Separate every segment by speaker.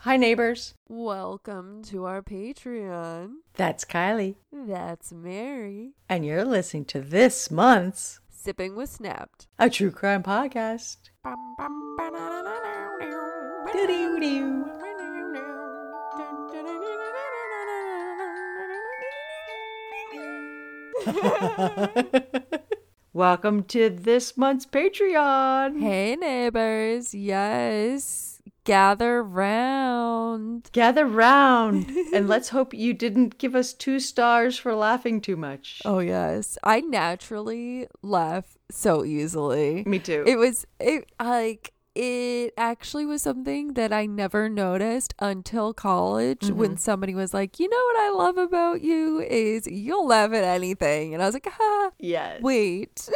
Speaker 1: Hi, neighbors.
Speaker 2: Welcome to our Patreon.
Speaker 1: That's Kylie,
Speaker 2: That's Mary.
Speaker 1: and you're listening to this month's
Speaker 2: Sipping with Snapped.
Speaker 1: A True Crime Podcast. Doo-doo-doo. Welcome to this month's Patreon.
Speaker 2: Hey, neighbors. Yes. Gather round.
Speaker 1: Gather round and let's hope you didn't give us two stars for laughing too much.
Speaker 2: Oh, yes. I naturally laugh so easily.
Speaker 1: Me too.
Speaker 2: It was it like it actually was something that I never noticed until college
Speaker 1: Mm-hmm.
Speaker 2: when somebody was like, "You know what I love about you is you'll laugh at anything," and I was like, "Ha,
Speaker 1: yes.
Speaker 2: wait."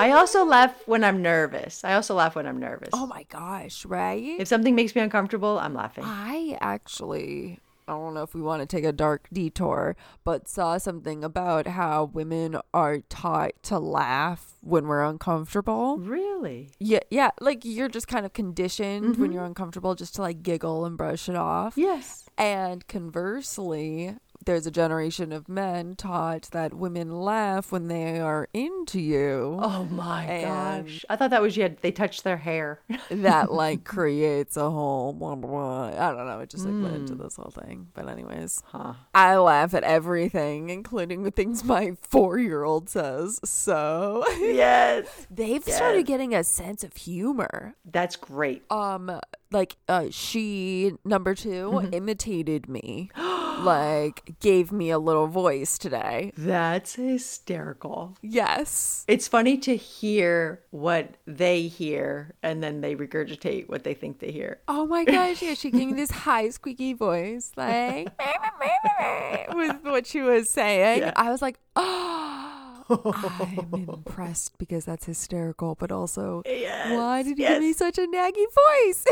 Speaker 1: I also laugh when I'm nervous. I also laugh when I'm nervous.
Speaker 2: oh my gosh, right?
Speaker 1: If something makes me uncomfortable, I'm laughing.
Speaker 2: I actually, I don't know if we want to take a dark detour, but saw something about how women are taught to laugh when we're uncomfortable.
Speaker 1: Really?
Speaker 2: Yeah, yeah. Like you're just kind of conditioned when you're uncomfortable just to like giggle and brush it off.
Speaker 1: Yes.
Speaker 2: And conversely, there's a generation of men taught that women laugh when they are into you.
Speaker 1: Oh my
Speaker 2: And-
Speaker 1: gosh. I thought that was you had they touched their hair.
Speaker 2: That like creates a whole blah, blah. blah. I don't know. It just like went into this whole thing. But anyways,
Speaker 1: Huh.
Speaker 2: I laugh at everything, including the things my four year old says. So
Speaker 1: yes.
Speaker 2: they've started getting a sense of humor.
Speaker 1: That's great.
Speaker 2: um like uh she number 2 imitated me like gave me a little voice today
Speaker 1: That's hysterical.
Speaker 2: yes
Speaker 1: It's funny to hear what they hear and then they regurgitate what they think they hear.
Speaker 2: oh my gosh yeah she gave me this high squeaky voice like with what she was saying
Speaker 1: Yeah.
Speaker 2: i was like oh i'm impressed because that's hysterical but also why did you give me such a naggy voice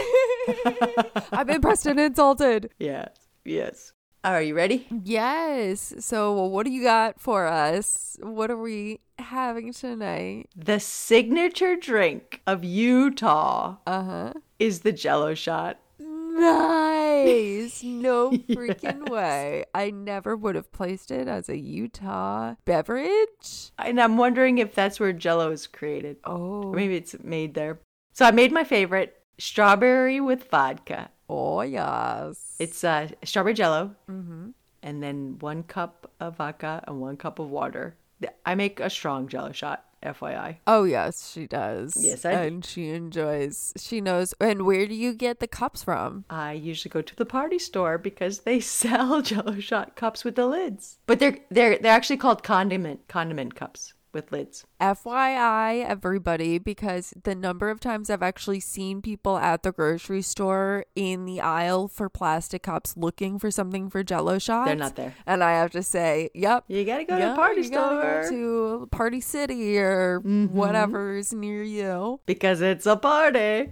Speaker 2: i'm impressed and insulted
Speaker 1: Yeah. Yes. Are you ready?
Speaker 2: Yes. So, what do you got for us? What are we having tonight?
Speaker 1: The signature drink of Utah
Speaker 2: Uh huh.
Speaker 1: is the jello shot.
Speaker 2: Nice. No freaking way. I never would have placed it as a Utah beverage.
Speaker 1: And I'm wondering if that's where jello is created. Or
Speaker 2: Oh,
Speaker 1: maybe it's made there. So I made my favorite strawberry with vodka.
Speaker 2: oh yes.
Speaker 1: It's uh, strawberry jello,
Speaker 2: Mm-hmm.
Speaker 1: and then one cup of vodka and one cup of water. Th- I make a strong jello shot, FYI.
Speaker 2: Oh yes, she does.
Speaker 1: Yes, I do.
Speaker 2: and she enjoys. She knows. And where do you get the cups from?
Speaker 1: I usually go to the party store because they sell jello shot cups with the lids. But they're they're they're actually called condiment condiment cups with lids.
Speaker 2: FYI, everybody, because the number of times I've actually seen people at the grocery store in the aisle for plastic cups looking for something for Jello shots,
Speaker 1: They're not there.
Speaker 2: And I have to say, yep.
Speaker 1: You gotta go to
Speaker 2: yeah,
Speaker 1: the party
Speaker 2: you gotta
Speaker 1: store Mm-hmm.
Speaker 2: go to Party City or whatever's near you.
Speaker 1: because it's a party.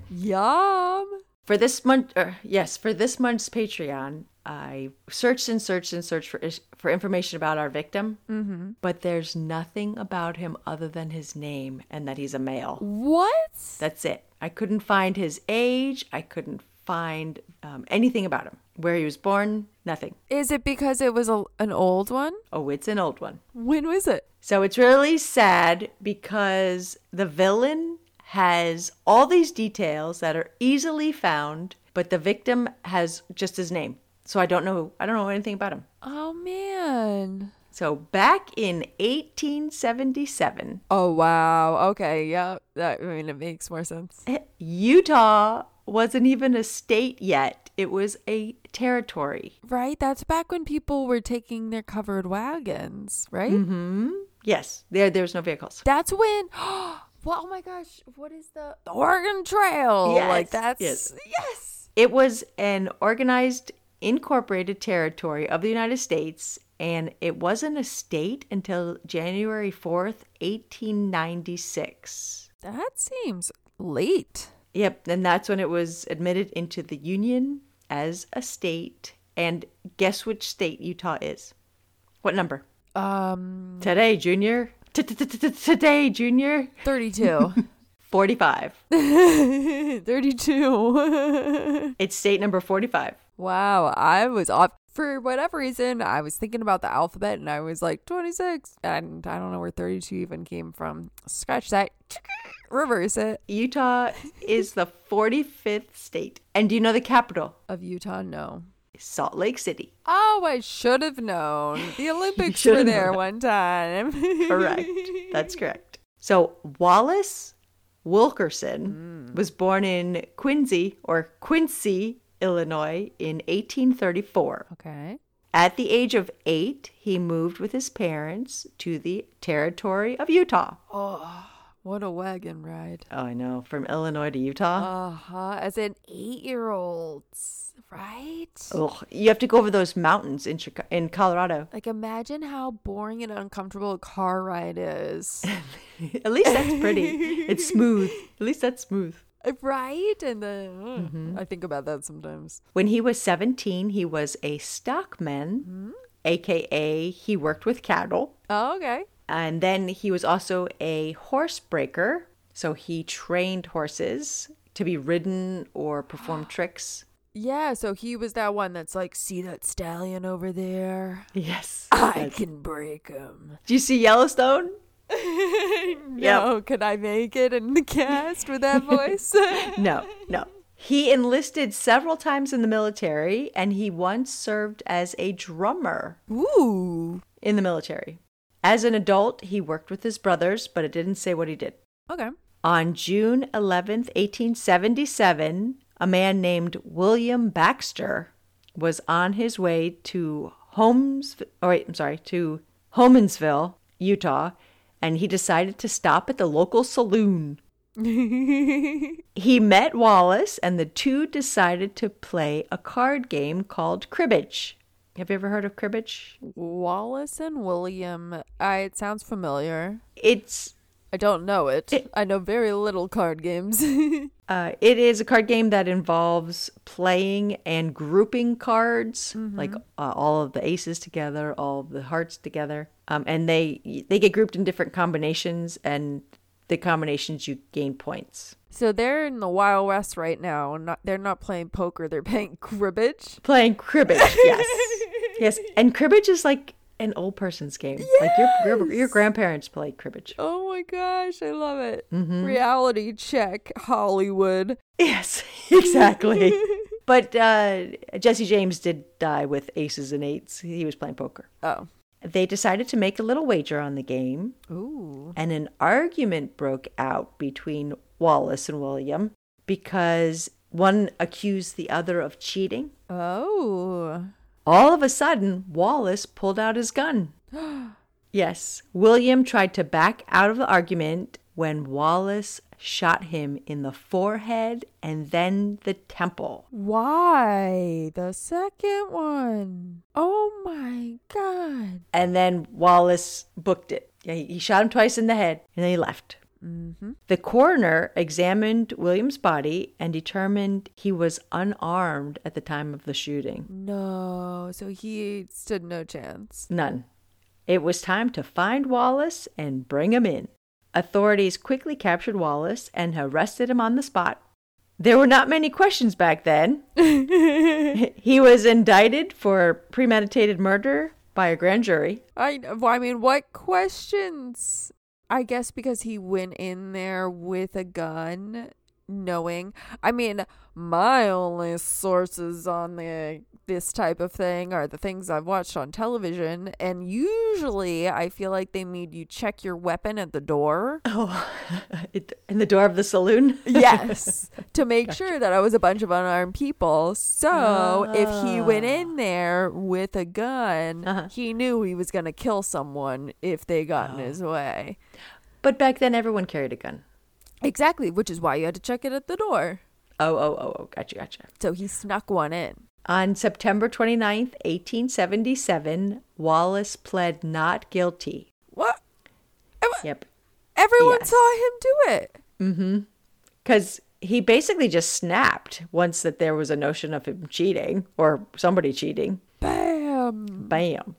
Speaker 2: Yum.
Speaker 1: For this month, er, yes, for this month's Patreon, I searched and searched and searched for is- for information about our victim, mm-hmm. but there's nothing about him other than his name and that he's a male.
Speaker 2: What?
Speaker 1: That's it. I couldn't find his age. I couldn't find um, anything about him. Where he was born, nothing.
Speaker 2: Is it because it was a, an old one?
Speaker 1: Oh, it's an old one.
Speaker 2: When was it?
Speaker 1: So it's really sad because the villain has all these details that are easily found, but the victim has just his name. So I don't know I don't know anything about him.
Speaker 2: Oh, man.
Speaker 1: So back in 1877,
Speaker 2: Oh, wow. Okay. Yep. That, I mean, it makes more sense.
Speaker 1: Utah wasn't even a state yet. It was a territory.
Speaker 2: Right? That's back when people were taking their covered wagons, right?
Speaker 1: Mm-hmm. Yes, there there's no vehicles.
Speaker 2: That's when well, oh my gosh, what is the, the Oregon Trail?
Speaker 1: Yes,
Speaker 2: like that's
Speaker 1: yes.
Speaker 2: yes.
Speaker 1: It was an organized, incorporated territory of the United States, and it wasn't a state until January 4th, 1896.
Speaker 2: That seems late.
Speaker 1: Yep, and that's when it was admitted into the Union as a state. And guess which state Utah is? What number?
Speaker 2: Um
Speaker 1: Today, Junior. Today, Junior.
Speaker 2: 32.
Speaker 1: 45.
Speaker 2: 32.
Speaker 1: It's state number 45.
Speaker 2: wow, I was off. For whatever reason, I was thinking about the alphabet and I was like 26. And I don't know where 32 even came from. Scratch that. Reverse it.
Speaker 1: Utah is the 45th state. And do you know the capital?
Speaker 2: Of Utah, no.
Speaker 1: Salt Lake City.
Speaker 2: Oh, I should have known. The Olympics
Speaker 1: should
Speaker 2: were
Speaker 1: have
Speaker 2: there
Speaker 1: known.
Speaker 2: one time.
Speaker 1: Correct. That's correct. So Wallace Wilkerson was born in Quincy or Quincy, Illinois in 1834.
Speaker 2: okay.
Speaker 1: At the age of eight, he moved with his parents to the territory of Utah.
Speaker 2: Oh, What a wagon ride.
Speaker 1: Oh, I know. From Illinois to Utah.
Speaker 2: Uh huh. As an eight year old, right?
Speaker 1: Uh, Ugh, you have to go over those mountains in Chica- in Colorado.
Speaker 2: Like, imagine how boring and uncomfortable a car ride is.
Speaker 1: At least that's pretty. it's smooth. At least that's smooth.
Speaker 2: right? And then ugh, I think about that sometimes.
Speaker 1: When he was 17, he was a stockman, aka he worked with cattle.
Speaker 2: Oh, okay.
Speaker 1: And then he was also a horse breaker. So he trained horses to be ridden or perform tricks.
Speaker 2: Yeah, so he was that one that's like, see that stallion over there?
Speaker 1: Yes.
Speaker 2: I can break him.
Speaker 1: Do you see Yellowstone?
Speaker 2: No, could I make it in the cast with that voice?
Speaker 1: No, no. He enlisted several times in the military and he once served as a drummer
Speaker 2: Ooh.
Speaker 1: in the military. As an adult, he worked with his brothers, but it didn't say what he did.
Speaker 2: Okay.
Speaker 1: On June 11th, 1877, a man named William Baxter was on his way to Holmes, or wait, I'm sorry, to Homansville, Utah, and he decided to stop at the local saloon. He met Wallace, and the two decided to play a card game called cribbage. Have you ever heard of cribbage?
Speaker 2: Wallace and William. I, it sounds familiar.
Speaker 1: It's
Speaker 2: I don't know it. I know very little card games.
Speaker 1: Uh, it is a card game that involves playing and grouping cards, like uh, all of the aces together, all of the hearts together, um, and they they get grouped in different combinations, and the combinations you gain points.
Speaker 2: so they're in the Wild West right now. and Not, they're not playing poker. They're playing cribbage.
Speaker 1: Playing cribbage, yes, yes, and cribbage is like an old person's game. Like your, your your grandparents played cribbage.
Speaker 2: Oh my gosh, I love it. Reality check, Hollywood.
Speaker 1: Yes, exactly. but uh, Jesse James did die with aces and eights. He was playing poker.
Speaker 2: Oh.
Speaker 1: They decided to make a little wager on the game,
Speaker 2: Ooh.
Speaker 1: and an argument broke out between Wallace and William because one accused the other of cheating.
Speaker 2: Oh.
Speaker 1: All of a sudden, Wallace pulled out his gun. yes, William tried to back out of the argument when Wallace shot him in the forehead and then the temple.
Speaker 2: Why? The second one. Oh my god.
Speaker 1: And then Wallace booked it. Yeah, He he shot him twice in the head and then he left.
Speaker 2: Mm-hmm.
Speaker 1: The coroner examined William's body and determined he was unarmed at the time of the shooting.
Speaker 2: No. So he stood no chance.
Speaker 1: None. It was time to find Wallace and bring him in. Authorities quickly captured Wallace and arrested him on the spot. There were not many questions back then. he was indicted for premeditated murder by a grand jury.
Speaker 2: I well, I mean, what questions? I guess because he went in there with a gun, knowing. I mean, my only sources on the this type of thing are the things I've watched on television, and usually I feel like they made you check your weapon at the door.
Speaker 1: Oh, it, in the door of the saloon?
Speaker 2: Yes, to make sure that I was a bunch of unarmed people. So if he went in there with a gun, he knew he was going to kill someone if they got in his way.
Speaker 1: But back then, everyone carried a gun.
Speaker 2: Exactly, which is why you had to check it at the door.
Speaker 1: Oh, oh, oh, oh, gotcha, gotcha.
Speaker 2: So he snuck one in.
Speaker 1: On September 29th, 1877, Wallace pled not guilty.
Speaker 2: What? Ev-
Speaker 1: Yep.
Speaker 2: Everyone
Speaker 1: Yes.
Speaker 2: saw him do it.
Speaker 1: Because he basically just snapped once that there was a notion of him cheating or somebody cheating.
Speaker 2: Bam.
Speaker 1: Bam.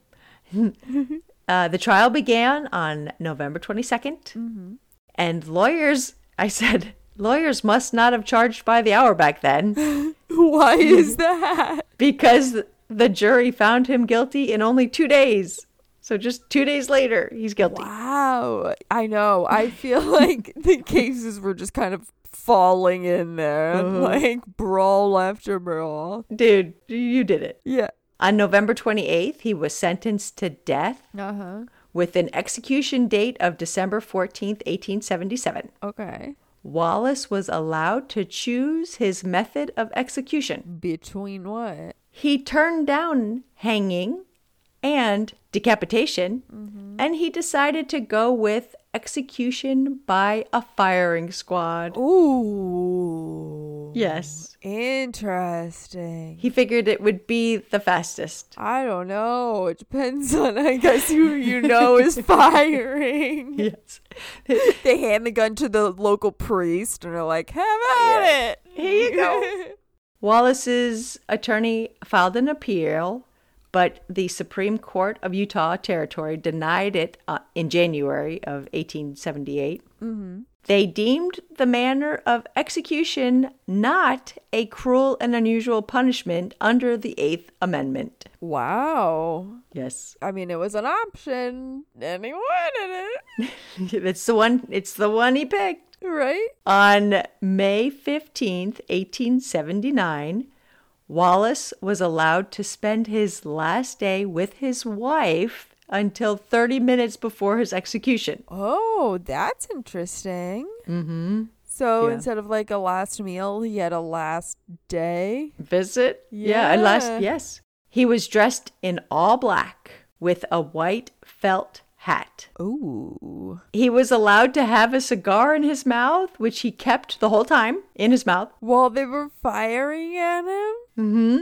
Speaker 1: uh, the trial began on November 22nd, and lawyers I said, lawyers must not have charged by the hour back then
Speaker 2: Why is that?
Speaker 1: because the jury found him guilty in only two days. So just two days later, he's guilty.
Speaker 2: Wow. I know. I feel like the cases were just kind of falling in there, like brawl after brawl.
Speaker 1: Dude, you did it.
Speaker 2: Yeah.
Speaker 1: On November 28th, he was sentenced to death
Speaker 2: Uh huh.
Speaker 1: with an execution date of December 14th, 1877.
Speaker 2: Okay.
Speaker 1: Wallace was allowed to choose his method of execution.
Speaker 2: Between what?
Speaker 1: He turned down hanging and decapitation, and he decided to go with execution by a firing squad.
Speaker 2: Ooh.
Speaker 1: Yes.
Speaker 2: Interesting.
Speaker 1: He figured it would be the fastest.
Speaker 2: I don't know. It depends on, I guess, who you know is firing.
Speaker 1: Yes.
Speaker 2: They hand the gun to the local priest and are like, have at it.
Speaker 1: Here you go. Wallace's attorney filed an appeal, but the Supreme Court of Utah Territory denied it uh, in January of 1878. They deemed the manner of execution not a cruel and unusual punishment under the Eighth Amendment.
Speaker 2: wow.
Speaker 1: Yes,
Speaker 2: I mean, it was an option, and he wanted it,
Speaker 1: it's the one. It's the one he picked.
Speaker 2: right?
Speaker 1: On May 15th, 1879, Wallace was allowed to spend his last day with his wife until 30 minutes before his execution.
Speaker 2: Oh, that's interesting. Mm-hmm. So
Speaker 1: Yeah.
Speaker 2: instead of like a last meal, he had a last day.
Speaker 1: Visit? Yeah, and last,
Speaker 2: Yeah.
Speaker 1: yes. He was dressed in all black with a white felt hat.
Speaker 2: Ooh.
Speaker 1: He was allowed to have a cigar in his mouth, which he kept the whole time in his mouth.
Speaker 2: While they were firing at him?
Speaker 1: Mm-hmm.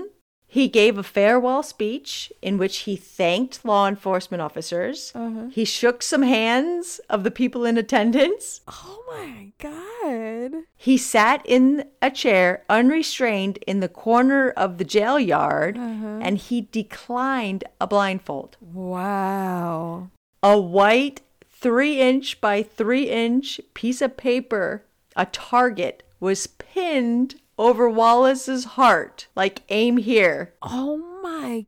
Speaker 1: He gave a farewell speech in which he thanked law enforcement officers. He shook some hands of the people in attendance.
Speaker 2: Oh my god.
Speaker 1: He sat in a chair unrestrained in the corner of the jail yard and he declined a blindfold.
Speaker 2: Wow.
Speaker 1: A white three inch by three inch piece of paper, a target, was pinned over Wallace's heart like aim here.
Speaker 2: Oh my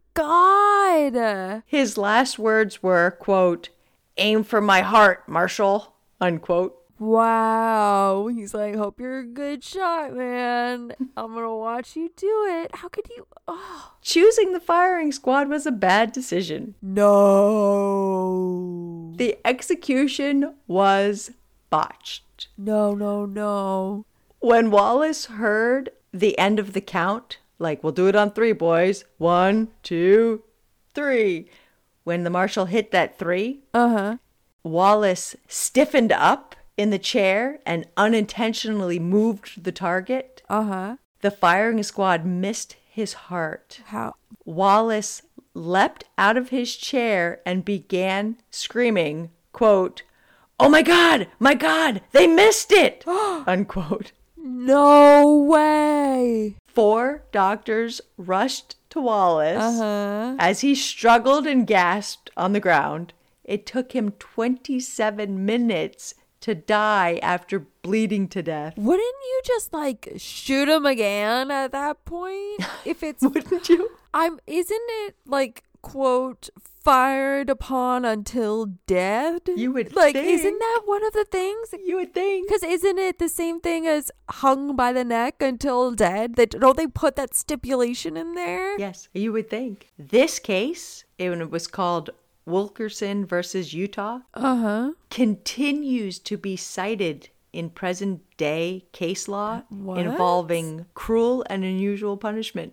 Speaker 2: god.
Speaker 1: His last words were, quote, aim for my heart, Marshal, unquote.
Speaker 2: Wow. He's like, hope you're a good shot, man. I'm gonna watch you do it. How could you? Oh.
Speaker 1: Choosing the firing squad was a bad decision.
Speaker 2: No.
Speaker 1: The execution was botched.
Speaker 2: No, no, no.
Speaker 1: When Wallace heard the end of the count, like, we'll do it on three, boys. One, two, three. When the marshal hit that three,
Speaker 2: Uh huh.
Speaker 1: Wallace stiffened up in the chair and unintentionally moved the target.
Speaker 2: Uh huh.
Speaker 1: The firing squad missed his heart.
Speaker 2: How?
Speaker 1: Wallace leapt out of his chair and began screaming, quote, Oh my God, my God, they missed it, unquote.
Speaker 2: No way.
Speaker 1: Four doctors rushed to Wallace
Speaker 2: Uh huh.
Speaker 1: as he struggled and gasped on the ground. It took him 27 minutes to die after bleeding to death.
Speaker 2: Wouldn't you just like shoot him again at that point? If it's,
Speaker 1: Wouldn't you?
Speaker 2: I'm. Isn't it like quote fired upon until dead?
Speaker 1: You would
Speaker 2: like. Isn't
Speaker 1: think.
Speaker 2: that one of the things?
Speaker 1: You would think.
Speaker 2: Because isn't it the same thing as hung by the neck until dead? That don't they put that stipulation in there?
Speaker 1: Yes, you would think. This case, it was called Wilkerson versus Utah,
Speaker 2: Uh huh.
Speaker 1: continues to be cited in present day case law
Speaker 2: What?
Speaker 1: involving cruel and unusual punishment.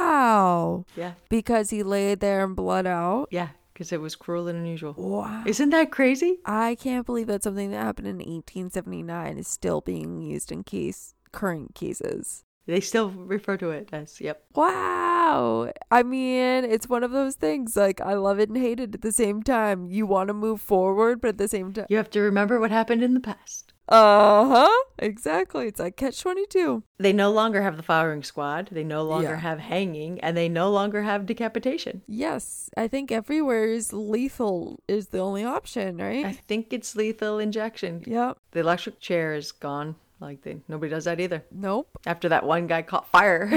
Speaker 2: Wow.
Speaker 1: Yeah,
Speaker 2: Because he lay there and blood out.
Speaker 1: yeah, because it was cruel and unusual.
Speaker 2: Wow.
Speaker 1: Isn't that crazy?
Speaker 2: I can't believe that something that happened in 1879 is still being used in case current cases.
Speaker 1: They still refer to it as, yep.
Speaker 2: Wow. I mean, it's one of those things like I love it and hate it at the same time. You want to move forward, but at the same time,
Speaker 1: You have to remember what happened in the past.
Speaker 2: Uh huh. Exactly. It's like catch 22.
Speaker 1: They no longer have the firing squad. They no longer
Speaker 2: Yeah.
Speaker 1: have hanging, and they no longer have decapitation.
Speaker 2: Yes. I think everywhere is lethal is the only option,
Speaker 1: I
Speaker 2: right?
Speaker 1: think it's lethal injection.
Speaker 2: Yep.
Speaker 1: The electric chair is gone. Like they, nobody does that either.
Speaker 2: Nope.
Speaker 1: After that one guy caught fire,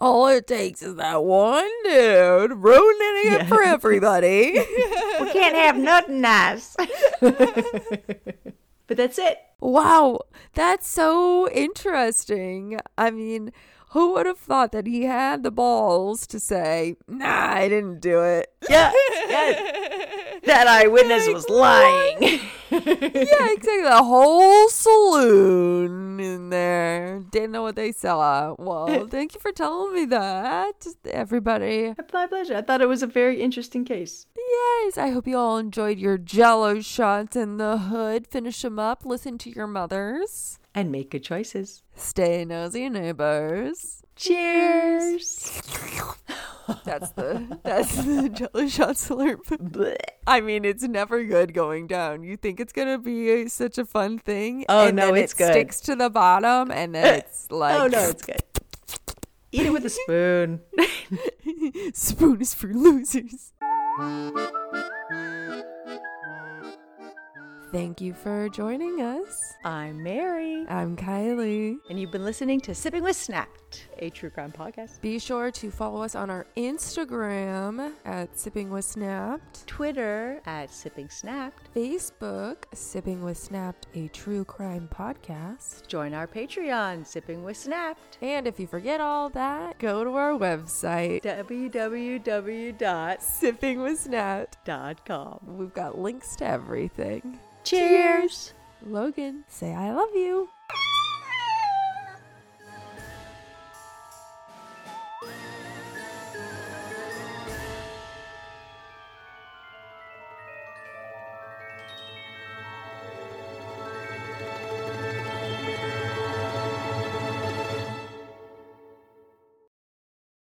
Speaker 2: All it takes is that one dude ruining it for everybody.
Speaker 1: we can't have nothing nice. but that's it.
Speaker 2: wow, that's so interesting. I mean, who would have thought that he had the balls to say, "Nah, I didn't do it."
Speaker 1: Yeah, yeah. That eyewitness was lying.
Speaker 2: yeah, exactly. The whole saloon in there didn't know what they saw. Well, thank you for telling me that, everybody.
Speaker 1: My pleasure. I thought it was a very interesting case.
Speaker 2: Yes, I hope you all enjoyed your jello shots in the hood. Finish them up, listen to your mothers,
Speaker 1: And make good choices.
Speaker 2: stay nosy neighbors.
Speaker 1: Cheers.
Speaker 2: That's the that's the jello shot slurp.
Speaker 1: Blech.
Speaker 2: I mean, it's never good going down. You think it's gonna be such a fun thing.
Speaker 1: Oh,
Speaker 2: and
Speaker 1: no,
Speaker 2: then
Speaker 1: it's
Speaker 2: it
Speaker 1: good.
Speaker 2: sticks to the bottom and then it's like
Speaker 1: Oh no, it's good. Eat it with a spoon.
Speaker 2: spoon is for losers. Thank you for joining us.
Speaker 1: I'm Mary,
Speaker 2: I'm Kylie.
Speaker 1: and you've been listening to Sipping with Snapped, a true crime podcast.
Speaker 2: Be sure to follow us on our Instagram at Sipping with Snapped,
Speaker 1: Twitter at Sipping Snapped.
Speaker 2: Facebook Sipping with Snapped, a true crime podcast.
Speaker 1: Join our Patreon, Sipping with Snapped.
Speaker 2: And if you forget all that, go to our website,
Speaker 1: www.snapped.com.
Speaker 2: Sipping with Snapped. We've got links to everything.
Speaker 1: Cheers.
Speaker 2: Logan, say I love you.